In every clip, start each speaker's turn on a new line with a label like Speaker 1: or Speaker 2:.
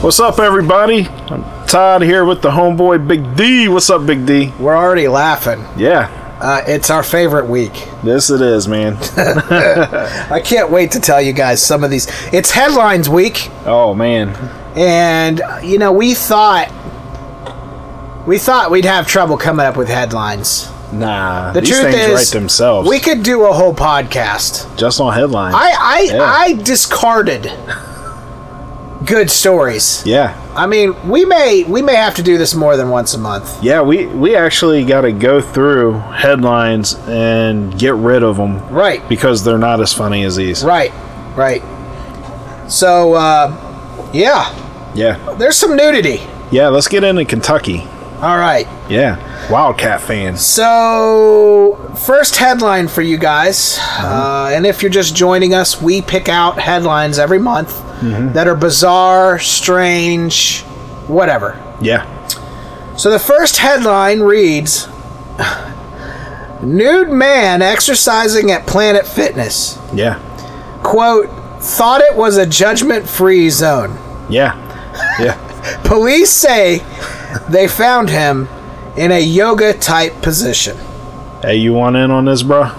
Speaker 1: What's up, everybody? I'm Todd here with the homeboy Big D. What's up, Big D?
Speaker 2: We're already laughing.
Speaker 1: Yeah,
Speaker 2: Uh, it's our favorite week.
Speaker 1: this it is, man.
Speaker 2: I can't wait to tell you guys some of these. It's headlines week,
Speaker 1: oh man,
Speaker 2: and uh, you know we thought we thought we'd have trouble coming up with headlines.
Speaker 1: nah.
Speaker 2: The
Speaker 1: these
Speaker 2: truth
Speaker 1: things
Speaker 2: is,
Speaker 1: write themselves.
Speaker 2: we could do a whole podcast.
Speaker 1: just on headlines.
Speaker 2: I I
Speaker 1: Yeah.
Speaker 2: I discarded good stories.
Speaker 1: yeah,
Speaker 2: I mean, we may we may have to do this more than once a month.
Speaker 1: yeah. We we actually got to go through headlines and get rid of them
Speaker 2: Right.
Speaker 1: because they're not as funny as these.
Speaker 2: Right. Right. So uh, yeah,
Speaker 1: Yeah,
Speaker 2: there's some nudity.
Speaker 1: yeah. Let's get into Kentucky.
Speaker 2: All right.
Speaker 1: Yeah, Wildcat fans.
Speaker 2: So, first headline for you guys, uh, and if you're just joining us, we pick out headlines every month that are bizarre, strange, whatever.
Speaker 1: Yeah,
Speaker 2: So, the first headline reads Nude man exercising at Planet Fitness.
Speaker 1: yeah,
Speaker 2: Quote, thought it was a judgment free zone.
Speaker 1: yeah, yeah.
Speaker 2: Police say they found him in a yoga type position.
Speaker 1: hey, you want in on this, bro?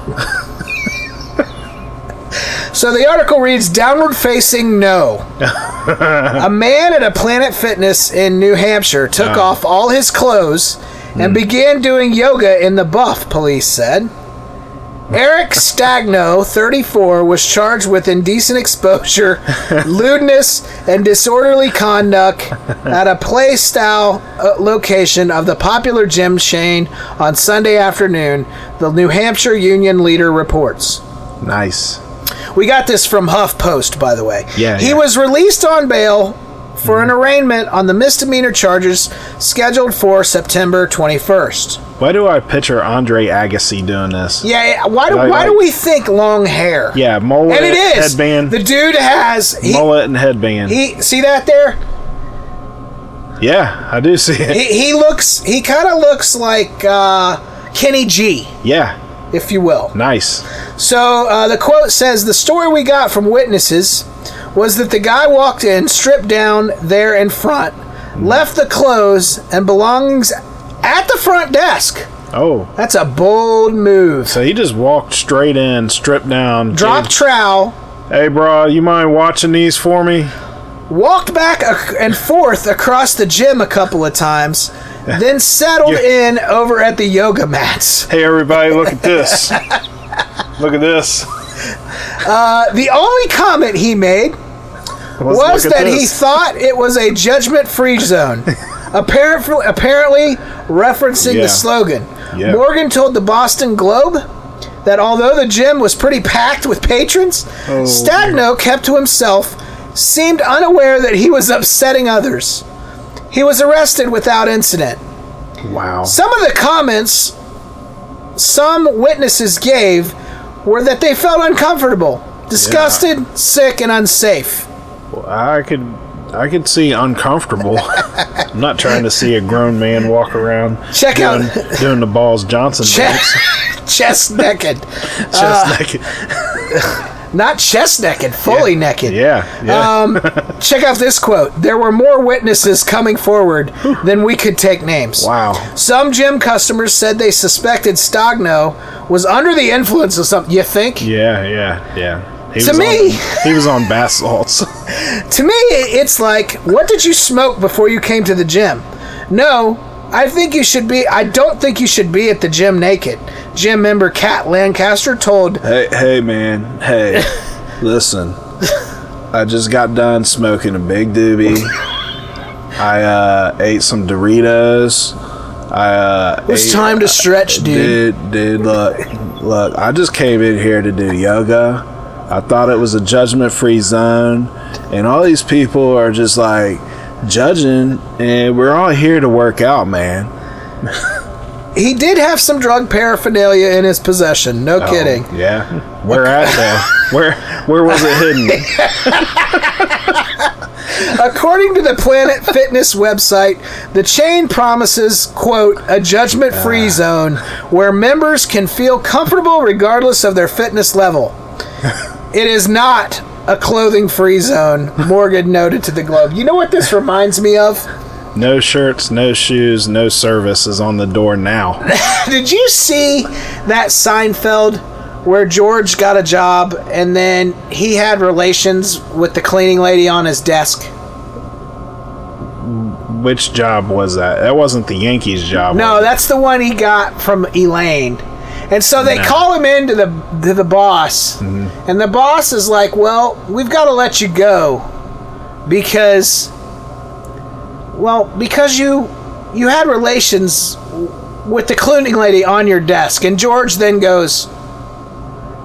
Speaker 2: So the article reads Downward Facing No. a man at a Planet Fitness in New Hampshire took off all his clothes and began doing yoga in the buff, police said. Eric Stagno, 34, was charged with indecent exposure, lewdness, and disorderly conduct at a play style uh, location of the popular gym chain on Sunday afternoon, the New Hampshire Union leader reports.
Speaker 1: Nice.
Speaker 2: We got this from HuffPost, by the way.
Speaker 1: Yeah,
Speaker 2: He
Speaker 1: yeah.
Speaker 2: was released on bail for an arraignment on the misdemeanor charges scheduled for September 21st.
Speaker 1: Why do I picture Andre Agassi doing this?
Speaker 2: Yeah, yeah, why do,
Speaker 1: Like-
Speaker 2: why do
Speaker 1: like-
Speaker 2: we think long hair?
Speaker 1: Yeah, mullet,
Speaker 2: And it is.
Speaker 1: headband,
Speaker 2: The dude has. He,
Speaker 1: mullet and headband.
Speaker 2: he, see that there?
Speaker 1: yeah, I do see it.
Speaker 2: He, he looks. He kind of looks like uh, Kenny G,
Speaker 1: yeah,
Speaker 2: if you will.
Speaker 1: nice.
Speaker 2: So uh, the quote says the story we got from witnesses was that the guy walked in, stripped down there in front, left the clothes and belongings at the front desk.
Speaker 1: Oh,
Speaker 2: That's a bold move.
Speaker 1: so he just walked straight in, stripped down.
Speaker 2: Dropped trowel,
Speaker 1: Hey, bro, you mind watching these for me?
Speaker 2: walked back ac- and forth across the gym a couple of times, then settled in over at the yoga mats.
Speaker 1: Hey, everybody, look at this. look at this.
Speaker 2: Uh, the only comment he made
Speaker 1: Let's
Speaker 2: was
Speaker 1: look at
Speaker 2: that he
Speaker 1: this.
Speaker 2: thought it was a judgment free zone, apparently, apparently referencing
Speaker 1: Yeah.
Speaker 2: the slogan.
Speaker 1: Yeah.
Speaker 2: Morgan told the Boston Globe that although the gym was pretty packed with patrons,
Speaker 1: Oh,
Speaker 2: Stagno kept to himself, seemed unaware that he was upsetting others. He was arrested without incident.
Speaker 1: Wow.
Speaker 2: Some of the comments some witnesses gave were that they felt uncomfortable, disgusted, sick, and unsafe.
Speaker 1: I could. I could see uncomfortable. I'm not trying to see a grown man walk around
Speaker 2: Check
Speaker 1: doing,
Speaker 2: out-
Speaker 1: doing the balls Johnson dance,
Speaker 2: chest, chest naked,
Speaker 1: just
Speaker 2: uh,
Speaker 1: naked.
Speaker 2: not chest naked, fully naked.
Speaker 1: Yeah, yeah.
Speaker 2: Um, check out this quote. There were more witnesses coming forward than we could take names.
Speaker 1: wow.
Speaker 2: Some gym customers said they suspected Stogno was under the influence of something. You think?
Speaker 1: Yeah, yeah, yeah. He
Speaker 2: To
Speaker 1: was
Speaker 2: me-
Speaker 1: on, he was on bath salts.
Speaker 2: To me, it's like, what did you smoke before you came to the gym? No, I think you should be. I don't think you should be at the gym naked. Gym member Kat Lancaster told
Speaker 1: hey, hey, man, hey, listen. I just got done smoking a big doobie. I uh, ate some Doritos. I uh,
Speaker 2: It's time to stretch, dude.
Speaker 1: Dude, dude, look, look. I just came in here to do yoga. I thought it was a judgment-free zone, and all these people are just like judging, and we're all here to work out, man.
Speaker 2: He did have some drug paraphernalia in his possession. No kidding.
Speaker 1: Oh, yeah. Where at though? Where where was it hidden?
Speaker 2: According to the Planet Fitness website, the chain promises, quote, a judgment free zone where members can feel comfortable regardless of their fitness level. It is not a clothing free zone, Morgan noted to the Globe. You know what this reminds me of?
Speaker 1: No shirts, no shoes, no service is on the door now.
Speaker 2: Did you see that Seinfeld where George got a job and then he had relations with the cleaning lady on his desk?
Speaker 1: Which job was that? That wasn't the Yankees job. was
Speaker 2: No,
Speaker 1: it?
Speaker 2: that's the one he got from Elaine. And so they
Speaker 1: No. Mm-hmm.
Speaker 2: call him in to the to the boss, and the boss is like, "Well, we've got to let you go because, well, because you you had relations with the cleaning lady on your desk." And George then goes,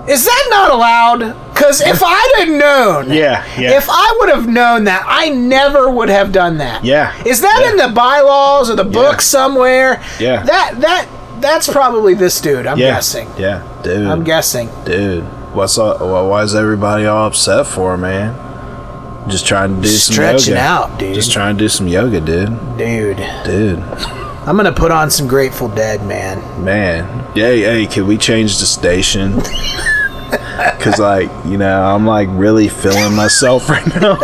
Speaker 2: "Is that not allowed? Because if I'd have known,
Speaker 1: Yeah, yeah.
Speaker 2: if I would have known that, I never would have done that.
Speaker 1: Yeah.
Speaker 2: Is that
Speaker 1: Yeah.
Speaker 2: in the bylaws or the book somewhere?
Speaker 1: Yeah.
Speaker 2: That that that's probably this dude. I'm
Speaker 1: yeah,
Speaker 2: guessing.
Speaker 1: Yeah, dude.
Speaker 2: I'm guessing.
Speaker 1: dude, what's up? why- Why is everybody all upset for, man? Just trying to do some
Speaker 2: Stretching
Speaker 1: yoga.
Speaker 2: out, dude.
Speaker 1: Just trying to do some yoga, dude.
Speaker 2: Dude,
Speaker 1: Dude,
Speaker 2: I'm gonna put on some Grateful Dead, man.
Speaker 1: man. Hey, hey, can we change the station? Cause like you know, I'm like really feeling myself right now.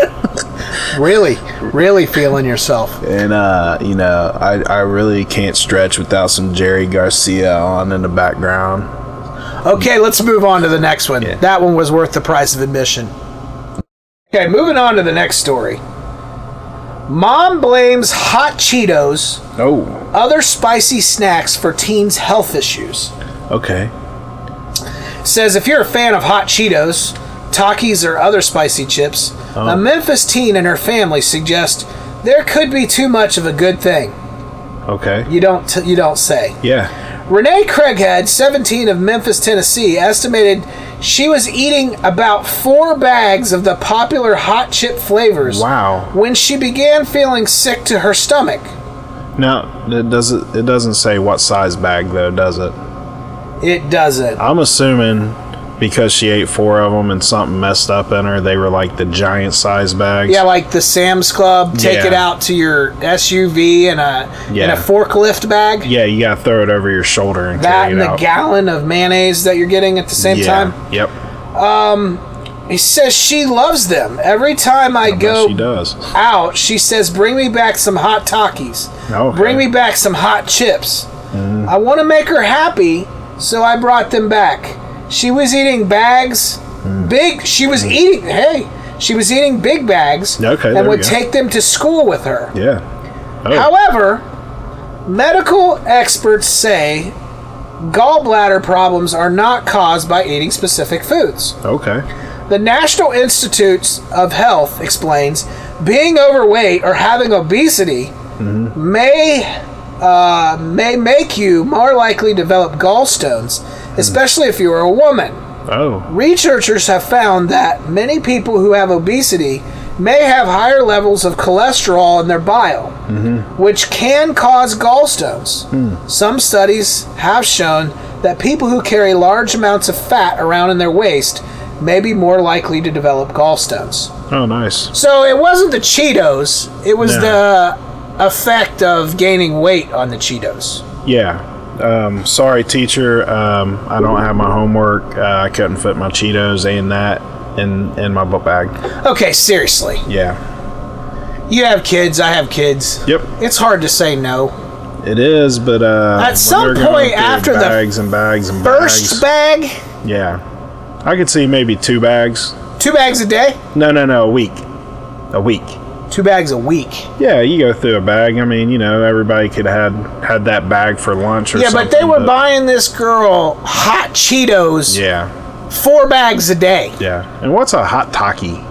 Speaker 2: Really, really feeling yourself.
Speaker 1: And uh, you know, I, I really can't stretch without some Jerry Garcia on in the background.
Speaker 2: Okay, let's move on to the next one.
Speaker 1: Yeah.
Speaker 2: That one was worth the price of admission. Okay, moving on to the next story. Mom blames hot Cheetos,
Speaker 1: Oh,
Speaker 2: other spicy snacks for teens' health issues.
Speaker 1: okay.
Speaker 2: says if you're a fan of hot Cheetos, Takis, or other spicy chips,
Speaker 1: Uh-huh.
Speaker 2: a Memphis teen and her family suggest there could be too much of a good thing.
Speaker 1: Okay.
Speaker 2: You don't t- you don't say.
Speaker 1: Yeah.
Speaker 2: Renee Craighead, 17 of Memphis, Tennessee, estimated she was eating about four bags of the popular hot chip flavors.
Speaker 1: Wow.
Speaker 2: When she began feeling sick to her stomach,
Speaker 1: Now it doesn't it doesn't say what size bag though, does it?
Speaker 2: it doesn't.
Speaker 1: I'm assuming because she ate four of them and something messed up in her, they were like the giant size bags.
Speaker 2: Yeah, like the Sam's Club, take
Speaker 1: Yeah.
Speaker 2: it out to your SUV and a and
Speaker 1: Yeah.
Speaker 2: a forklift bag.
Speaker 1: Yeah, you gotta throw it over your shoulder and
Speaker 2: that
Speaker 1: carry
Speaker 2: and
Speaker 1: it
Speaker 2: the
Speaker 1: out.
Speaker 2: gallon of mayonnaise that you're getting at the same
Speaker 1: yeah.
Speaker 2: time.
Speaker 1: Yep.
Speaker 2: He says she loves them. Every time I,
Speaker 1: Go.
Speaker 2: go
Speaker 1: She does.
Speaker 2: out, she says, "Bring me back some hot Takis.
Speaker 1: Okay. Mm-hmm.
Speaker 2: Bring me back some hot chips. I want to make her happy, so I brought them back. She was eating bags,
Speaker 1: Mm.
Speaker 2: big. She was eating. Hey, she was eating big bags,
Speaker 1: Okay, there
Speaker 2: and
Speaker 1: we
Speaker 2: would
Speaker 1: go.
Speaker 2: take them to school with her.
Speaker 1: Yeah. Oh.
Speaker 2: However, medical experts say gallbladder problems are not caused by eating specific foods.
Speaker 1: okay.
Speaker 2: The National Institutes of Health explains being overweight or having obesity may uh, may make you more likely to develop gallstones, especially if you are a woman.
Speaker 1: Oh.
Speaker 2: Researchers have found that many people who have obesity may have higher levels of cholesterol in their bile, which can cause gallstones. Some studies have shown that people who carry large amounts of fat around in their waist may be more likely to develop gallstones.
Speaker 1: Oh, nice.
Speaker 2: So it wasn't the Cheetos, it was
Speaker 1: No.
Speaker 2: the effect of gaining weight on the Cheetos.
Speaker 1: Yeah. Um, sorry, teacher. Um, I don't have my homework. Uh, I couldn't fit my Cheetos and that in in my book bag.
Speaker 2: Okay, seriously.
Speaker 1: Yeah.
Speaker 2: You have kids, I have kids.
Speaker 1: Yep.
Speaker 2: It's hard to say no.
Speaker 1: It is, but uh,
Speaker 2: At
Speaker 1: when
Speaker 2: some
Speaker 1: they're going
Speaker 2: point
Speaker 1: through
Speaker 2: after the
Speaker 1: bags and bags and
Speaker 2: First
Speaker 1: bags,
Speaker 2: bag,
Speaker 1: yeah, I could see maybe two bags.
Speaker 2: two bags a day,
Speaker 1: No, no, no, a week, a week.
Speaker 2: two bags a week.
Speaker 1: Yeah, you go through a bag. I mean, you know, everybody could had had that bag for lunch or
Speaker 2: Yeah,
Speaker 1: something.
Speaker 2: but they were buying this girl hot Cheetos,
Speaker 1: Yeah,
Speaker 2: four bags a day.
Speaker 1: yeah. And what's a hot taki?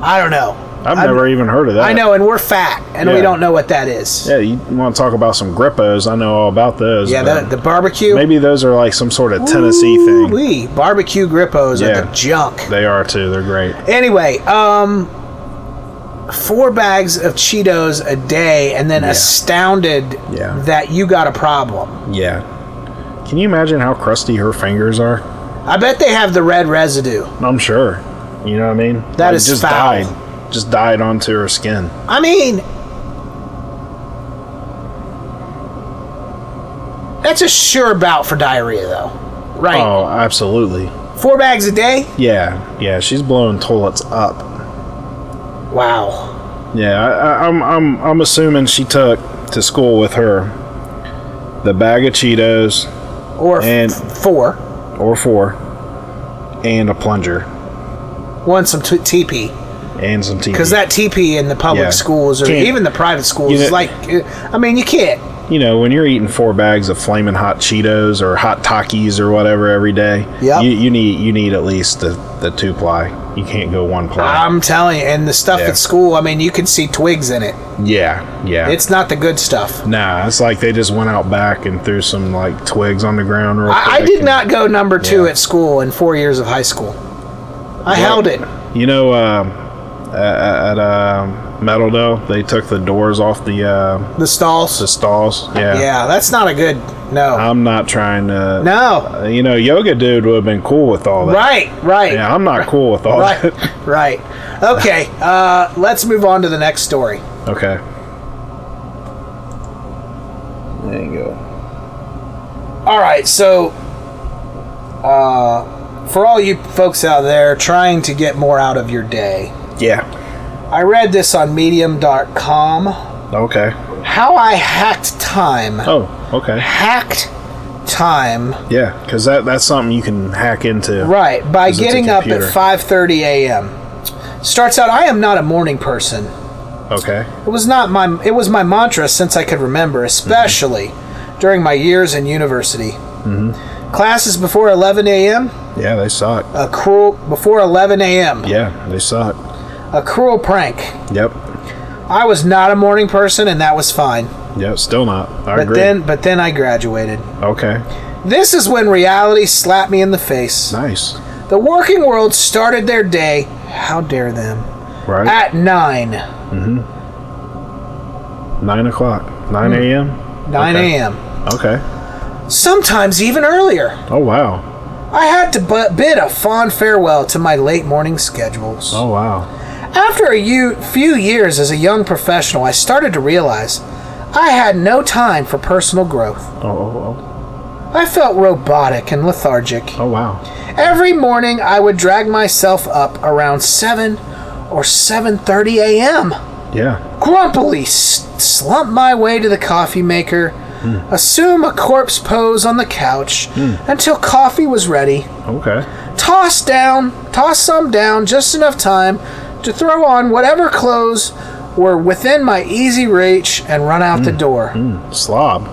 Speaker 2: I don't know.
Speaker 1: I've never even heard of that.
Speaker 2: I know, and we're fat, and we
Speaker 1: Yeah.
Speaker 2: don't know what that is.
Speaker 1: Yeah, you want to talk about some grippos? I know all about those.
Speaker 2: Yeah,
Speaker 1: but
Speaker 2: that, the barbecue.
Speaker 1: maybe those are like some sort of Tennessee thing.
Speaker 2: Ooh-wee, barbecue grippos are
Speaker 1: Yeah.
Speaker 2: the junk.
Speaker 1: They are too. They're great.
Speaker 2: Anyway, um, four bags of Cheetos a day, and then astounded
Speaker 1: Yeah.
Speaker 2: that you got a problem.
Speaker 1: Yeah. Can you imagine how crusty her fingers are?
Speaker 2: I bet they have the red residue.
Speaker 1: I'm sure. You know what I mean?
Speaker 2: That
Speaker 1: Like,
Speaker 2: is
Speaker 1: just
Speaker 2: foul.
Speaker 1: died. Just died onto her skin.
Speaker 2: I mean, that's a sure bout for diarrhea, though. Right?
Speaker 1: Oh, absolutely.
Speaker 2: Four bags a day?
Speaker 1: Yeah, yeah, she's blowing toilets up.
Speaker 2: Wow.
Speaker 1: Yeah, I, I, I'm, I'm, I'm assuming she took to school with her the bag of Cheetos
Speaker 2: Or f-
Speaker 1: And-
Speaker 2: four.
Speaker 1: or four, and a plunger
Speaker 2: One, some t- TP.
Speaker 1: and some TV.
Speaker 2: Because that TP in the public
Speaker 1: Yeah.
Speaker 2: schools or
Speaker 1: Can't-
Speaker 2: even the private schools
Speaker 1: You
Speaker 2: is
Speaker 1: know-
Speaker 2: like, uh, I mean, you can't.
Speaker 1: you know, when you're eating four bags of flaming hot Cheetos or hot Takis or whatever every day,
Speaker 2: Yep.
Speaker 1: you, you need you need at least the, the two ply. You can't go one ply.
Speaker 2: I'm telling you, and the stuff
Speaker 1: Yeah.
Speaker 2: at school, I mean, you can see twigs in it.
Speaker 1: yeah, yeah.
Speaker 2: It's not the good stuff.
Speaker 1: nah, it's like they just went out back and threw some like twigs on the ground. Real
Speaker 2: I, I
Speaker 1: quick
Speaker 2: did
Speaker 1: and-
Speaker 2: not go number two
Speaker 1: Yeah.
Speaker 2: at school in four years of high school. I held it.
Speaker 1: You know, um, at, at uh, Metal Dough, they took the doors off the uh,
Speaker 2: The stalls.
Speaker 1: the stalls. Yeah.
Speaker 2: yeah, that's not a good. No.
Speaker 1: I'm not trying to.
Speaker 2: no.
Speaker 1: You know, yoga dude would have been cool with all that.
Speaker 2: Right, right.
Speaker 1: Yeah, I'm not cool with all that.
Speaker 2: Right, right. Okay, uh, let's move on to the next story.
Speaker 1: Okay. There you go.
Speaker 2: All right, so uh, for all you folks out there trying to get more out of your day,
Speaker 1: Yeah.
Speaker 2: I read this on medium.com
Speaker 1: Okay.
Speaker 2: how I hacked time.
Speaker 1: Oh, okay.
Speaker 2: Hacked time.
Speaker 1: Yeah, because that, that's something you can hack into.
Speaker 2: Right, by
Speaker 1: 'Cause it's a
Speaker 2: getting up at
Speaker 1: computer.
Speaker 2: 5:30 a.m. Starts out I am not a morning person.
Speaker 1: Okay.
Speaker 2: It was not my it was my mantra since I could remember, especially during my years in university.
Speaker 1: Mm-hmm.
Speaker 2: Classes before 11 a.m.
Speaker 1: Yeah, they suck.
Speaker 2: A cruel before 11 a.m.
Speaker 1: Yeah, they suck.
Speaker 2: A cruel prank.
Speaker 1: Yep.
Speaker 2: I was not a morning person, and that was fine.
Speaker 1: Yep. Still not. I
Speaker 2: But
Speaker 1: agree.
Speaker 2: then, but then I graduated.
Speaker 1: okay.
Speaker 2: This is when reality slapped me in the face.
Speaker 1: Nice.
Speaker 2: The working world started their day. How dare them?
Speaker 1: Right.
Speaker 2: At nine,
Speaker 1: Nine o'clock. Nine a.m.
Speaker 2: nine
Speaker 1: Okay.
Speaker 2: a.m.
Speaker 1: Okay.
Speaker 2: Sometimes even earlier.
Speaker 1: Oh wow.
Speaker 2: I had to bu- bid a fond farewell to my late morning schedules.
Speaker 1: Oh wow.
Speaker 2: After a yew- few years as a young professional, I started to realize I had no time for personal growth.
Speaker 1: Oh oh
Speaker 2: I felt robotic and lethargic.
Speaker 1: oh, oh wow.
Speaker 2: Every morning I would drag myself up around 7 or 7:30 a.m.
Speaker 1: Yeah.
Speaker 2: Grumpily s- slump my way to the coffee maker, assume a corpse pose on the couch until coffee was ready,
Speaker 1: Okay.
Speaker 2: toss down, toss some down just enough time to throw on whatever clothes were within my easy reach and run out the door.
Speaker 1: Slob.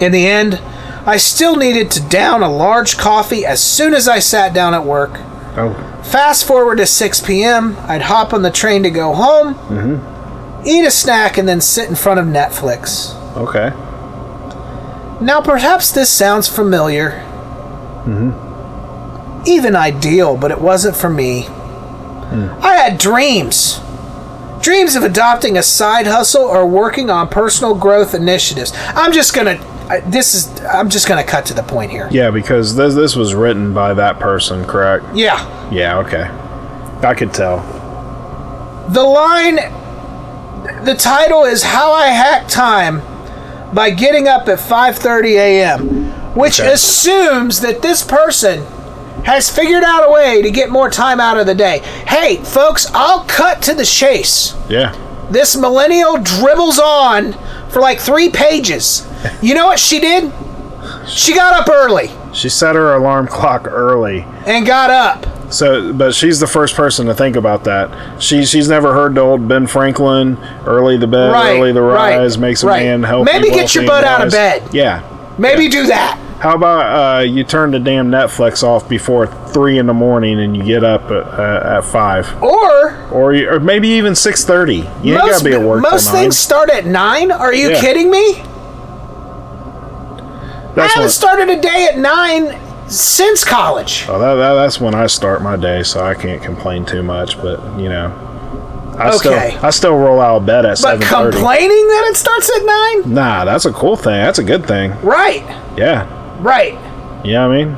Speaker 2: In the end, I still needed to down a large coffee as soon as I sat down at work.
Speaker 1: Oh.
Speaker 2: Fast forward to 6 p.m., I'd hop on the train to go home, eat a snack, and then sit in front of Netflix.
Speaker 1: Okay.
Speaker 2: Now, perhaps this sounds familiar, even ideal, but it wasn't for me. I had dreams. Dreams of adopting a side hustle or working on personal growth initiatives. I'm just gonna. I, this is. I'm just gonna cut to the point here.
Speaker 1: Yeah, because this this was written by that person, correct?
Speaker 2: yeah.
Speaker 1: Yeah. Okay. I could tell.
Speaker 2: The line, the title is "How I Hack Time" by getting up at 5:30 a.m., which
Speaker 1: Okay.
Speaker 2: assumes that this person has figured out a way to get more time out of the day. Hey, folks, I'll cut to the chase.
Speaker 1: Yeah.
Speaker 2: This millennial dribbles on for like three pages. You know what she did? She got up early
Speaker 1: She set her alarm clock early.
Speaker 2: and got up.
Speaker 1: So, but she's the first person to think about that. She she's never heard the old Ben Franklin, early the bed,
Speaker 2: Right,
Speaker 1: early the
Speaker 2: right,
Speaker 1: rise makes a
Speaker 2: right.
Speaker 1: man healthy.
Speaker 2: Maybe get your
Speaker 1: wealthy,
Speaker 2: butt
Speaker 1: and
Speaker 2: out of
Speaker 1: wise."
Speaker 2: bed.
Speaker 1: Yeah.
Speaker 2: Maybe do that.
Speaker 1: How about uh, you turn the damn Netflix off before three in the morning and you get up at, uh, at five,
Speaker 2: Or
Speaker 1: or you, or maybe even six thirty. You ain't gotta be at work. till
Speaker 2: most
Speaker 1: nine.
Speaker 2: things start at nine. Are you
Speaker 1: Yeah.
Speaker 2: kidding me? I
Speaker 1: That's
Speaker 2: haven't
Speaker 1: when,
Speaker 2: started a day at nine since college.
Speaker 1: oh, that, that- that's when I start my day, so I can't complain too much. But you know. I
Speaker 2: Okay.
Speaker 1: still I still roll out of bed at
Speaker 2: But
Speaker 1: seven thirty.
Speaker 2: complaining that it starts at nine?
Speaker 1: Nah, that's a cool thing. That's a good thing.
Speaker 2: Right,
Speaker 1: Yeah.
Speaker 2: right.
Speaker 1: Yeah, I mean,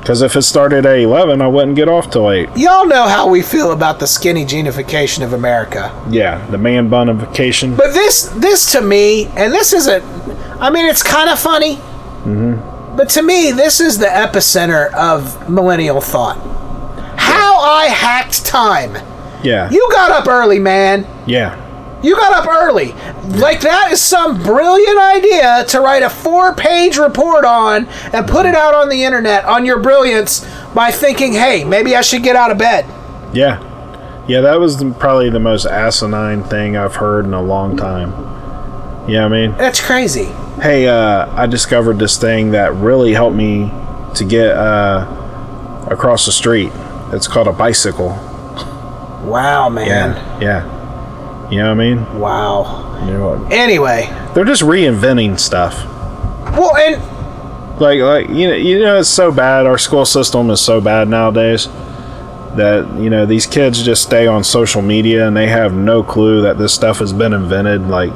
Speaker 1: because if it started at 11, I wouldn't get off till 8.
Speaker 2: Y'all know how we feel about the skinny genification of America.
Speaker 1: Yeah, the man bun of vacation.
Speaker 2: But this, this to me, and this isn't. I mean, it's kind of funny.
Speaker 1: Mm-hmm.
Speaker 2: But to me, this is the epicenter of millennial thought. How I hacked time.
Speaker 1: Yeah.
Speaker 2: You got up early, man.
Speaker 1: yeah.
Speaker 2: You got up early. Like that is some brilliant idea to write a four-page report on and put it out on the internet on your brilliance by thinking, "Hey, maybe I should get out of bed."
Speaker 1: Yeah. Yeah, that was the, probably the most asinine thing I've heard in a long time. Yeah, I mean,
Speaker 2: That's crazy.
Speaker 1: hey, uh, I discovered this thing that really helped me to get uh, across the street. It's called a bicycle.
Speaker 2: Wow, man.
Speaker 1: Yeah. You know what I mean?
Speaker 2: Wow.
Speaker 1: You know what?
Speaker 2: Anyway,
Speaker 1: They're just reinventing stuff.
Speaker 2: well, and
Speaker 1: like like you know you know it's so bad our school system is so bad nowadays that you know these kids just stay on social media and they have no clue that this stuff has been invented like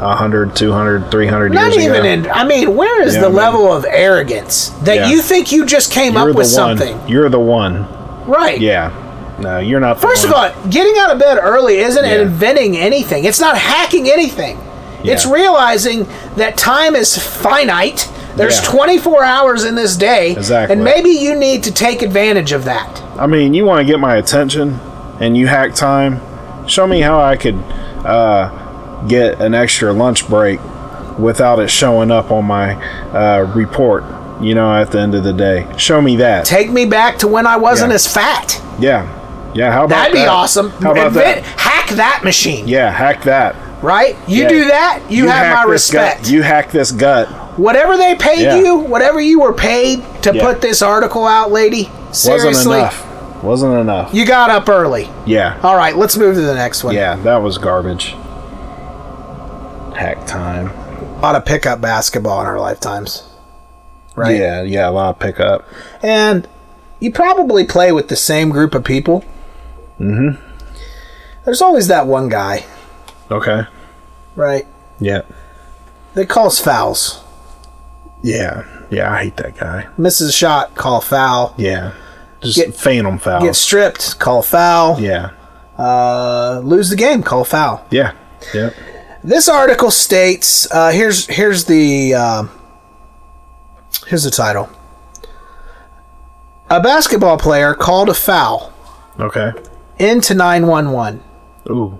Speaker 1: 100 200 300
Speaker 2: not
Speaker 1: years
Speaker 2: even
Speaker 1: ago
Speaker 2: in. I mean, where is
Speaker 1: Yeah,
Speaker 2: the
Speaker 1: I mean-
Speaker 2: level of arrogance that
Speaker 1: Yeah.
Speaker 2: you think you just came
Speaker 1: you're
Speaker 2: up
Speaker 1: the
Speaker 2: with
Speaker 1: one
Speaker 2: something?
Speaker 1: you're the one
Speaker 2: Right.
Speaker 1: yeah no you're not the
Speaker 2: First of
Speaker 1: one.
Speaker 2: all, getting out of bed early isn't
Speaker 1: Yeah.
Speaker 2: inventing anything. It's not hacking anything. It's
Speaker 1: Yeah.
Speaker 2: realizing that time is finite. There's
Speaker 1: Yeah.
Speaker 2: 24 hours in this day,
Speaker 1: Exactly.
Speaker 2: and maybe you need to take advantage of that.
Speaker 1: I mean, you want to get my attention and you hack time. Show me how I could uh, get an extra lunch break without it showing up on my uh, report, you know, at the end of the day. Show me that.
Speaker 2: Take me back to when I wasn't
Speaker 1: Yeah.
Speaker 2: as fat.
Speaker 1: Yeah. Yeah. How about
Speaker 2: That'd be
Speaker 1: that?
Speaker 2: awesome.
Speaker 1: How about that?
Speaker 2: Invent- Hack that machine,
Speaker 1: Yeah, hack that.
Speaker 2: right? You
Speaker 1: Yeah.
Speaker 2: do that, you, have
Speaker 1: hack
Speaker 2: my
Speaker 1: this
Speaker 2: respect.
Speaker 1: Gut. You hack this gut.
Speaker 2: whatever they paid
Speaker 1: Yeah.
Speaker 2: you, whatever you were paid to
Speaker 1: Yeah.
Speaker 2: put this article out, lady, seriously,
Speaker 1: Wasn't enough. Wasn't enough.
Speaker 2: you got up early.
Speaker 1: yeah.
Speaker 2: All right, let's move to the next one.
Speaker 1: Yeah, that was garbage. Hack time.
Speaker 2: A lot of pickup basketball in our lifetimes. Right.
Speaker 1: Yeah, yeah, a lot of pickup.
Speaker 2: And you probably play with the same group of people. Mm hmm.
Speaker 1: Mm-hmm.
Speaker 2: There's always that one guy,
Speaker 1: Okay.
Speaker 2: right?
Speaker 1: Yeah.
Speaker 2: That calls fouls.
Speaker 1: Yeah, yeah, I hate that guy.
Speaker 2: Misses a shot, call foul.
Speaker 1: Yeah, just
Speaker 2: Get-
Speaker 1: phantom fouls.
Speaker 2: Get stripped, call foul.
Speaker 1: yeah,
Speaker 2: Uh, lose the game, call foul.
Speaker 1: yeah, yeah.
Speaker 2: This article states uh, here's here's the um here's the title. A basketball player called a foul
Speaker 1: Okay.
Speaker 2: into 911.
Speaker 1: Ooh.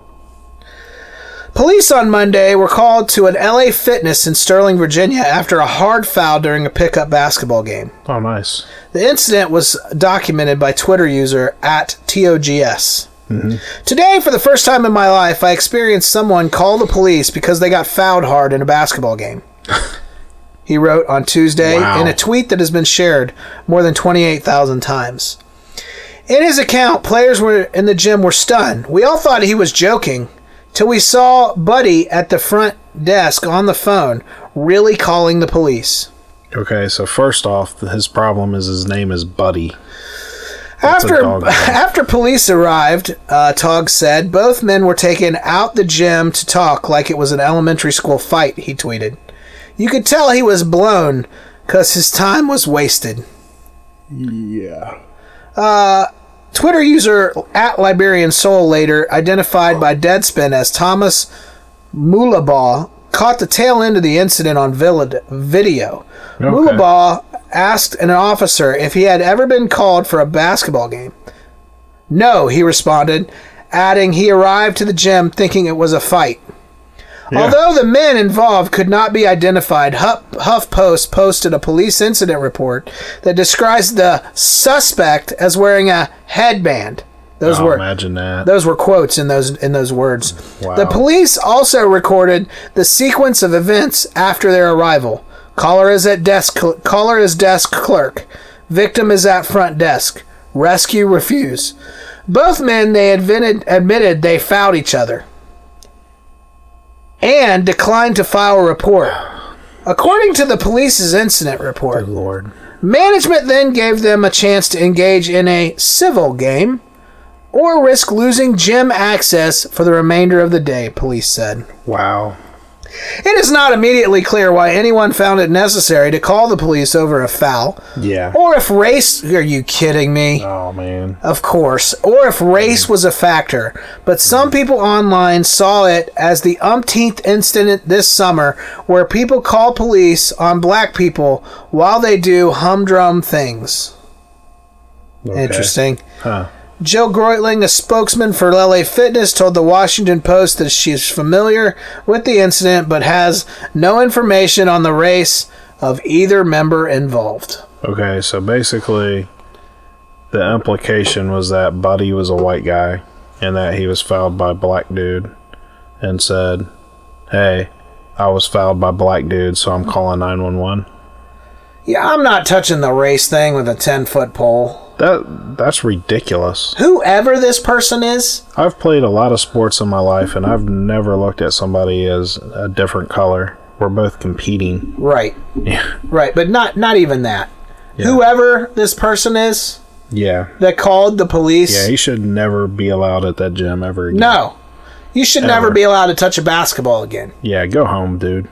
Speaker 2: Police on Monday were called to an LA Fitness in Sterling, Virginia after a hard foul during a pickup basketball game.
Speaker 1: Oh, nice.
Speaker 2: The incident was documented by Twitter user at TOGS. Today, for the first time in my life, I experienced someone call the police because they got fouled hard in a basketball game. he wrote on Tuesday
Speaker 1: Wow.
Speaker 2: in a tweet that has been shared more than 28,000 times. In his account, players were in the gym were stunned. We all thought he was joking till we saw Buddy at the front desk on the phone really calling the police.
Speaker 1: Okay, so first off, his problem is his name is Buddy. a
Speaker 2: After
Speaker 1: dog name.
Speaker 2: after police arrived, uh, Tog said both men were taken out the gym to talk like it was an elementary school fight. He tweeted, "You could tell he was blown, cause his time was wasted."
Speaker 1: Yeah.
Speaker 2: Twitter user at Liberian Soul later identified by Deadspin as Thomas Mulabaugh caught the tail end of the incident on vilid- video. Mulabaugh asked an officer if he had ever been called for a basketball game. No, he responded, adding he arrived to the gym thinking it was a fight. Although the men involved could not be identified, Huff, HuffPost posted a police incident report that describes the suspect as wearing a headband. Those
Speaker 1: Oh,
Speaker 2: were
Speaker 1: imagine that.
Speaker 2: those were quotes in those in those words.
Speaker 1: Wow.
Speaker 2: The police also recorded the sequence of events after their arrival. Caller is at desk caller is desk clerk. Victim is at front desk. Rescue refuse. Both men they admitted admitted they fouled each other and declined to file a report. According to the police's incident report,
Speaker 1: Lord.
Speaker 2: Management then gave them a chance to engage in a civil game or risk losing gym access for the remainder of the day, police said.
Speaker 1: Wow.
Speaker 2: It is not immediately clear why anyone found it necessary to call the police over a foul,
Speaker 1: Yeah.
Speaker 2: or if race. Are you kidding me?
Speaker 1: Oh man.
Speaker 2: Of course, or if race was a factor. But some people online saw it as the umpteenth incident this summer where people call police on black people while they do humdrum things.
Speaker 1: Okay.
Speaker 2: Interesting.
Speaker 1: Huh.
Speaker 2: Jill Groitling, a spokesman for LA Fitness, told the Washington Post that she is familiar with the incident but has no information on the race of either member involved.
Speaker 1: Okay, so basically, the implication was that Buddy was a white guy, and that he was fouled by a black dude, and said, "Hey, I was fouled by black dude, so I'm calling 911."
Speaker 2: Yeah, I'm not touching the race thing with a 10 foot pole.
Speaker 1: That that's ridiculous.
Speaker 2: Whoever this person is,
Speaker 1: I've played a lot of sports in my life, and I've never looked at somebody as a different color. We're both competing.
Speaker 2: right,
Speaker 1: Yeah.
Speaker 2: right, but not not even that. Whoever this person is
Speaker 1: Yeah.
Speaker 2: that called the police,
Speaker 1: Yeah, he should never be allowed at that gym ever again.
Speaker 2: no, you should never
Speaker 1: Ever.
Speaker 2: be allowed to touch a basketball again.
Speaker 1: Yeah, go home, dude.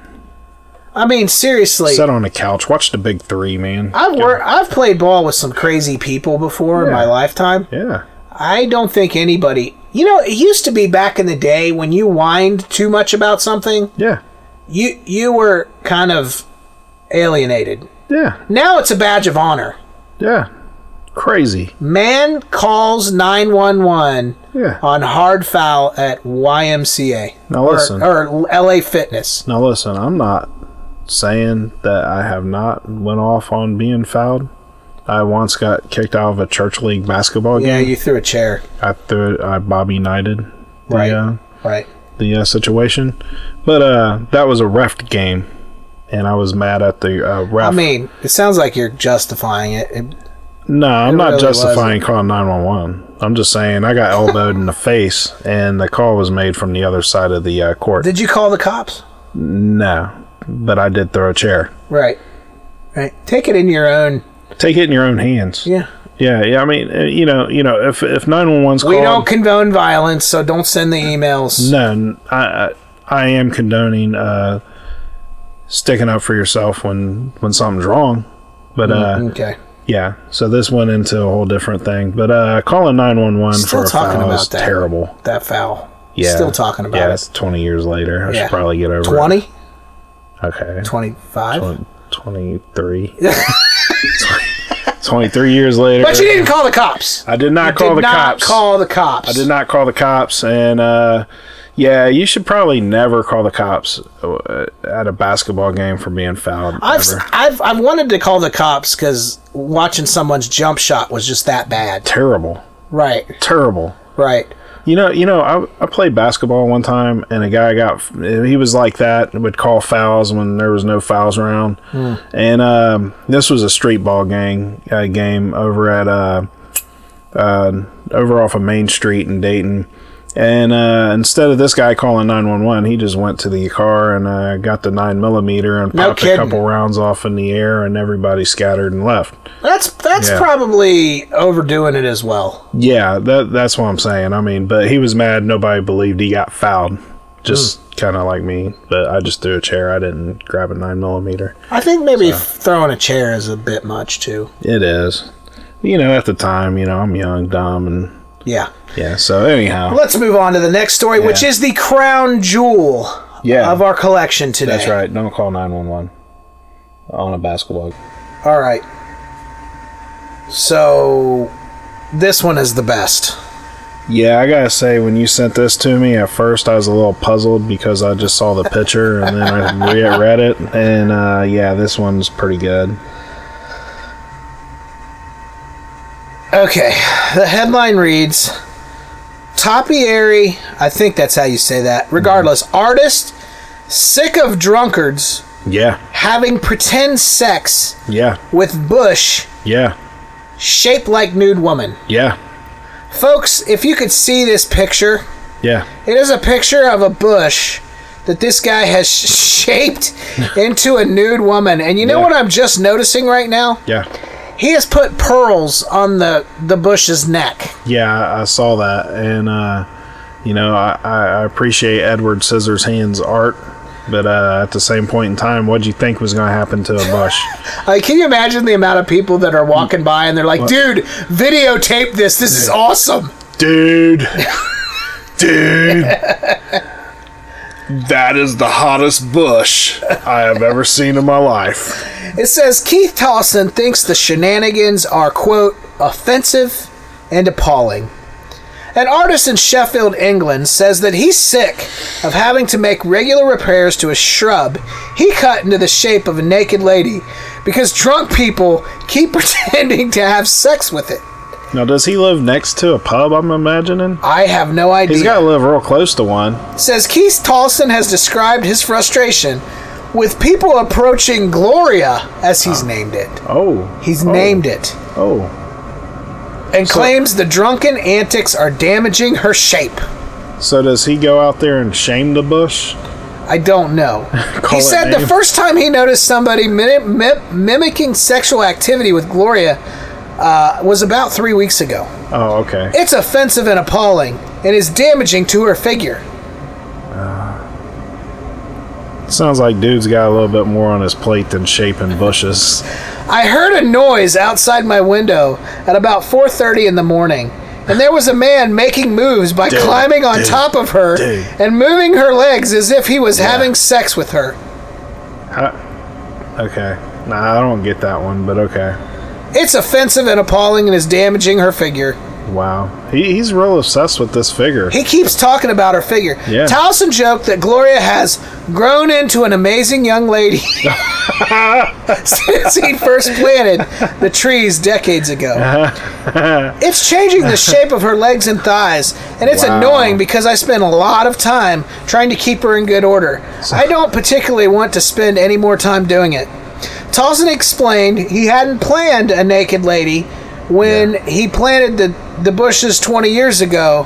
Speaker 2: I mean, seriously.
Speaker 1: Sit on a couch. Watch the big three, man.
Speaker 2: I've wor- I've played ball with some crazy people before in my
Speaker 1: Yeah.
Speaker 2: lifetime.
Speaker 1: Yeah.
Speaker 2: I don't think anybody. You know, it used to be back in the day when you whined too much about something,
Speaker 1: Yeah.
Speaker 2: you you were kind of alienated.
Speaker 1: Yeah.
Speaker 2: Now it's a badge of honor.
Speaker 1: Yeah. Crazy.
Speaker 2: Man calls 911
Speaker 1: Yeah.
Speaker 2: on hard foul at YMCA
Speaker 1: Now listen.
Speaker 2: or, or LA Fitness.
Speaker 1: Now listen, I'm not saying that I have not went off on being fouled. I once got kicked out of a church league basketball
Speaker 2: Yeah,
Speaker 1: game.
Speaker 2: you threw a chair.
Speaker 1: I threw I Bobby knighted the
Speaker 2: Right.
Speaker 1: uh,
Speaker 2: Right.
Speaker 1: the uh, situation, but uh, that was a ref game, and I was mad at the uh, ref.
Speaker 2: I mean, it sounds like you're justifying it. It-
Speaker 1: No, I'm not
Speaker 2: really
Speaker 1: justifying calling 911. I'm just saying I got elbowed in the face, and the call was made from the other side of the uh, court.
Speaker 2: Did you call the cops?
Speaker 1: no, but I did throw a chair.
Speaker 2: Right. Right. Take it in your own.
Speaker 1: Take it in your own hands.
Speaker 2: Yeah.
Speaker 1: yeah. yeah, I mean, uh, you know, you know, if if 911's called,
Speaker 2: We don't condone violence, so don't send the emails.
Speaker 1: no, n- I I- I am condoning uh, sticking up for yourself when when something's wrong. But uh,
Speaker 2: Okay.
Speaker 1: yeah, so this went into a whole different thing. But uh, calling 911
Speaker 2: Still
Speaker 1: for a
Speaker 2: talking
Speaker 1: foul
Speaker 2: about
Speaker 1: is
Speaker 2: that.
Speaker 1: terrible.
Speaker 2: That foul.
Speaker 1: Yeah.
Speaker 2: Still talking about
Speaker 1: yeah,
Speaker 2: it.
Speaker 1: that's 20 years later. I
Speaker 2: Yeah.
Speaker 1: should probably get over it.
Speaker 2: 20?
Speaker 1: Okay.
Speaker 2: 25?
Speaker 1: 23. 23 years later.
Speaker 2: But you didn't call the cops.
Speaker 1: I did not call
Speaker 2: Did
Speaker 1: the
Speaker 2: not
Speaker 1: cops.
Speaker 2: call the cops.
Speaker 1: I did not call the cops. And, uh, yeah, you should probably never call the cops uh, at a basketball game for being fouled.
Speaker 2: I've,
Speaker 1: ever.
Speaker 2: I've, I've wanted to call the cops because watching someone's jump shot was just that bad.
Speaker 1: terrible.
Speaker 2: Right,
Speaker 1: Terrible.
Speaker 2: right.
Speaker 1: You know, you know, I, I played basketball one time, and a guy got he was like that would call fouls when there was no fouls around,
Speaker 2: Hmm.
Speaker 1: and um, this was a street ball gang uh, game over at uh, uh, over off of Main Street in Dayton, and uh, instead of this guy calling nine one one, he just went to the car and uh, got the nine millimeter and
Speaker 2: No
Speaker 1: popped a
Speaker 2: kidding.
Speaker 1: couple rounds off in the air, and everybody scattered and left.
Speaker 2: That's that's
Speaker 1: Yeah.
Speaker 2: probably overdoing it as well.
Speaker 1: Yeah, that that's what I'm saying. I mean, but he was mad. Nobody believed he got fouled. Just kind of like me, but I just threw a chair. I didn't grab a nine millimeter.
Speaker 2: I think maybe throwing a chair is a bit much too.
Speaker 1: It is, you know, at the time, you know, I'm young, dumb, and
Speaker 2: Yeah.
Speaker 1: yeah. So anyhow,
Speaker 2: Let's move on to the next story, which
Speaker 1: Yeah.
Speaker 2: is the crown jewel
Speaker 1: yeah,
Speaker 2: of our collection today.
Speaker 1: that's right. Don't call nine one one on a basketball.
Speaker 2: All right. So, this one is the best.
Speaker 1: Yeah, I gotta say, when you sent this to me at first, I was a little puzzled because I just saw the picture and then I re- read it, and uh, yeah, this one's pretty good.
Speaker 2: Okay, the headline reads Topiary, I think that's how you say that. Regardless,
Speaker 1: Mm-hmm.
Speaker 2: artist sick of drunkards
Speaker 1: Yeah,
Speaker 2: having pretend sex
Speaker 1: yeah,
Speaker 2: with bush
Speaker 1: yeah,
Speaker 2: shaped like nude woman.
Speaker 1: yeah.
Speaker 2: Folks, if you could see this picture,
Speaker 1: Yeah.
Speaker 2: it is a picture of a bush that this guy has shaped into a nude woman. And you know
Speaker 1: Yeah.
Speaker 2: what I'm just noticing right now?
Speaker 1: Yeah.
Speaker 2: He has put pearls on the the bush's neck.
Speaker 1: Yeah, I- I saw that. And, uh, you know, I, I I appreciate Edward Scissor's hands art. But uh, at the same point in time, what'd you think was going to happen to a bush?
Speaker 2: Like, can you imagine the amount of people that are walking by and they're like, "Dude, videotape this. This is awesome."
Speaker 1: Dude. Dude. That is the hottest bush I have ever seen in my life.
Speaker 2: It says Keith Tolson thinks the shenanigans are, quote, offensive and appalling. An artist in Sheffield, England says that he's sick of having to make regular repairs to a shrub he cut into the shape of a naked lady because drunk people keep pretending to have sex with it.
Speaker 1: Now, does he live next to a pub, I'm imagining?
Speaker 2: I have no idea.
Speaker 1: He's got to live real close to one.
Speaker 2: says Keith Tolson has described his frustration with people approaching Gloria, as he's named it.
Speaker 1: Oh.
Speaker 2: He's
Speaker 1: oh,
Speaker 2: named it.
Speaker 1: Oh.
Speaker 2: and claims the drunken antics are damaging her shape.
Speaker 1: So does he go out there and shame the bush?
Speaker 2: I don't know.
Speaker 1: Call
Speaker 2: he
Speaker 1: it
Speaker 2: said the
Speaker 1: name.
Speaker 2: first time he noticed somebody mim- mim- mimicking sexual activity with Gloria uh, was about three weeks ago.
Speaker 1: Oh, okay.
Speaker 2: It's offensive and appalling, and is damaging to her figure.
Speaker 1: Sounds like dude's got a little bit more on his plate than shaping bushes.
Speaker 2: I heard a noise outside my window at about 4:30 in the morning, and there was a man making moves by
Speaker 1: Dude,
Speaker 2: climbing on
Speaker 1: dude,
Speaker 2: top of her
Speaker 1: dude.
Speaker 2: and moving her legs as if he was having sex with her.
Speaker 1: Okay. Nah, I don't get that one, but okay.
Speaker 2: It's offensive and appalling and is damaging her figure.
Speaker 1: Wow. He, he's real obsessed with this figure.
Speaker 2: He keeps talking about her figure.
Speaker 1: Yeah.
Speaker 2: Towson joked that Gloria has grown into an amazing young lady since he first planted the trees decades ago. it's changing the shape of her legs and thighs, and it's
Speaker 1: Wow.
Speaker 2: annoying because I spend a lot of time trying to keep her in good order. I don't particularly want to spend any more time doing it. Towson explained he hadn't planned a naked lady when he planted the, the bushes 20 years ago,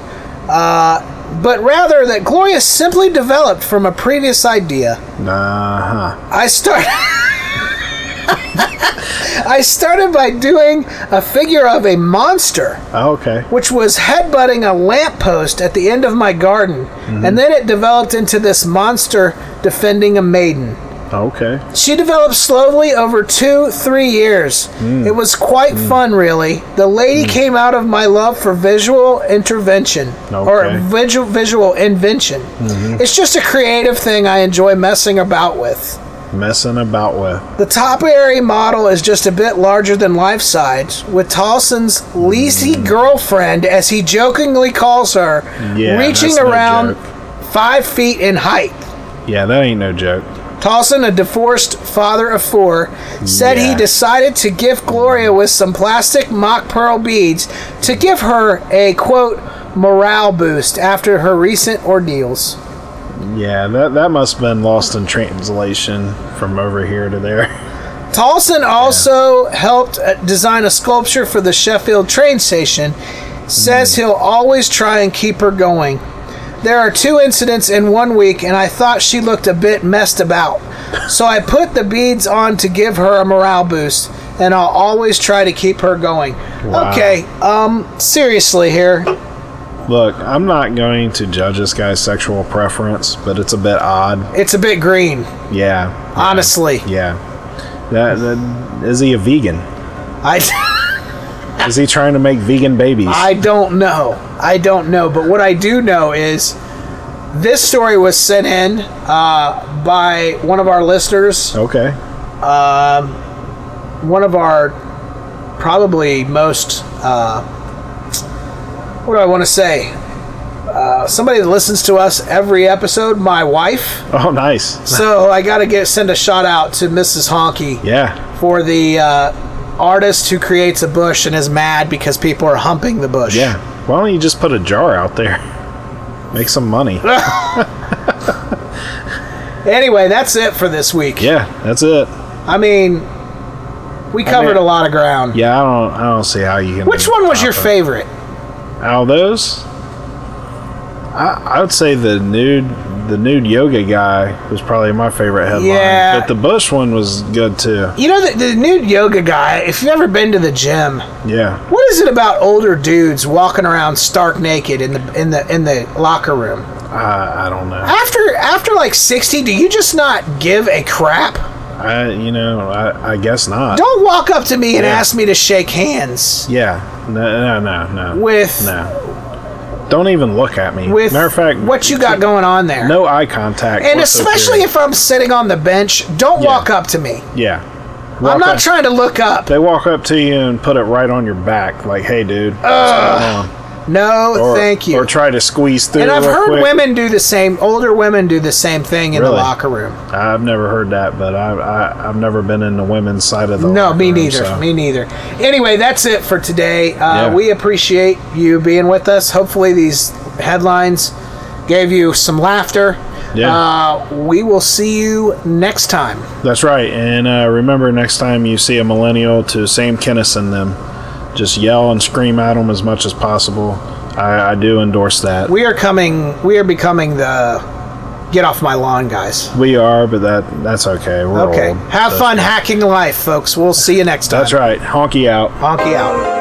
Speaker 2: uh, but rather that Gloria simply developed from a previous idea.
Speaker 1: Nah, huh.
Speaker 2: I start. I started by doing a figure of a monster,
Speaker 1: Oh, okay.
Speaker 2: which was headbutting a lamppost at the end of my garden, and then it developed into this monster defending a maiden.
Speaker 1: Okay.
Speaker 2: She developed slowly over two, three years. It was quite fun, really. The lady came out of my love for visual intervention
Speaker 1: Okay.
Speaker 2: or visual, visual invention. It's just a creative thing I enjoy messing about with.
Speaker 1: Messing about with.
Speaker 2: The top area model is just a bit larger than life size, with Tolson's leasy girlfriend, as he jokingly calls her,
Speaker 1: Yeah,
Speaker 2: reaching
Speaker 1: that's no
Speaker 2: around
Speaker 1: joke.
Speaker 2: five feet in height.
Speaker 1: Yeah, that ain't no joke.
Speaker 2: Tolson, a divorced father of four, said he
Speaker 1: Yeah.
Speaker 2: decided to gift Gloria with some plastic mock pearl beads to give her a quote morale boost after her recent ordeals.
Speaker 1: Yeah, that that must have been lost in translation from over here to there.
Speaker 2: Tolson also helped uh, design a sculpture for the Sheffield train station. Says he'll always try and keep her going. There are two incidents in one week, and I thought she looked a bit messed about. So I put the beads on to give her a morale boost, and I'll always try to keep her going.
Speaker 1: Wow.
Speaker 2: Okay, um, seriously here.
Speaker 1: Look, I'm not going to judge this guy's sexual preference, but it's a bit odd.
Speaker 2: It's a bit green,
Speaker 1: Yeah.
Speaker 2: honestly.
Speaker 1: Yeah. That, that is he a vegan?
Speaker 2: I,
Speaker 1: Is he trying to make vegan babies?
Speaker 2: I don't know. I don't know. But what I do know is this story was sent in uh, by one of our listeners,
Speaker 1: okay.
Speaker 2: one of our probably most, uh, what do I want to say? Uh, somebody that listens to us every episode, my wife.
Speaker 1: Oh, nice.
Speaker 2: So I got to get send a shout out to Mrs. Honky
Speaker 1: Yeah.
Speaker 2: for the uh, artist who creates a bush and is mad because people are humping the bush.
Speaker 1: Yeah. Why don't you just put a jar out there? Make some money.
Speaker 2: Anyway, that's it for this week.
Speaker 1: Yeah, that's it.
Speaker 2: I mean, we covered a lot of ground.
Speaker 1: Yeah, I don't I don't see how you can
Speaker 2: Which one was your
Speaker 1: top it.
Speaker 2: favorite?
Speaker 1: Out of those? I I would say the nude the nude yoga guy was probably my favorite headline.
Speaker 2: Yeah.
Speaker 1: But the Bush one was good too.
Speaker 2: You know, the, the nude yoga guy, if you've ever been to the gym,
Speaker 1: Yeah.
Speaker 2: what is it about older dudes walking around stark naked in the in the in the locker room?
Speaker 1: I, I, I don't know.
Speaker 2: After after like sixty, do you just not give a crap?
Speaker 1: I, you know, I, I guess not.
Speaker 2: Don't walk up to me and
Speaker 1: Yeah.
Speaker 2: ask me to shake hands
Speaker 1: Yeah. No, no, no, no.
Speaker 2: with
Speaker 1: no. Don't even look at me.
Speaker 2: with
Speaker 1: Matter of fact,
Speaker 2: what you got going on there.
Speaker 1: no eye contact.
Speaker 2: and
Speaker 1: whatsoever.
Speaker 2: especially if I'm sitting on the bench, don't
Speaker 1: Yeah.
Speaker 2: walk up to me.
Speaker 1: yeah,
Speaker 2: I'm
Speaker 1: Walk
Speaker 2: not
Speaker 1: up-
Speaker 2: trying to look up.
Speaker 1: They walk up to you and put it right on your back, like, "Hey, dude."
Speaker 2: No,
Speaker 1: Or-
Speaker 2: thank you.
Speaker 1: Or try to squeeze through.
Speaker 2: and I've
Speaker 1: real
Speaker 2: heard
Speaker 1: quick.
Speaker 2: women do the same. Older women do the same thing in the
Speaker 1: Really?
Speaker 2: locker room.
Speaker 1: I've never heard that, but I, I I've never been in the women's side of the.
Speaker 2: No,
Speaker 1: locker
Speaker 2: me
Speaker 1: room,
Speaker 2: neither.
Speaker 1: so-
Speaker 2: Me neither. Anyway, that's it for today. Uh,
Speaker 1: Yeah.
Speaker 2: We appreciate you being with us. Hopefully, these headlines gave you some laughter.
Speaker 1: Yeah.
Speaker 2: Uh, we will see you next time.
Speaker 1: That's right. And uh, remember, next time you see a millennial, to Sam Kennison them, just yell and scream at them as much as possible. I, I do endorse that.
Speaker 2: We are coming. We are becoming the get off my lawn guys.
Speaker 1: We are, but that that's okay. We're
Speaker 2: Okay.
Speaker 1: old.
Speaker 2: Have fun hacking life, folks. We'll see you next time.
Speaker 1: That's right. Honky out.
Speaker 2: Honky out.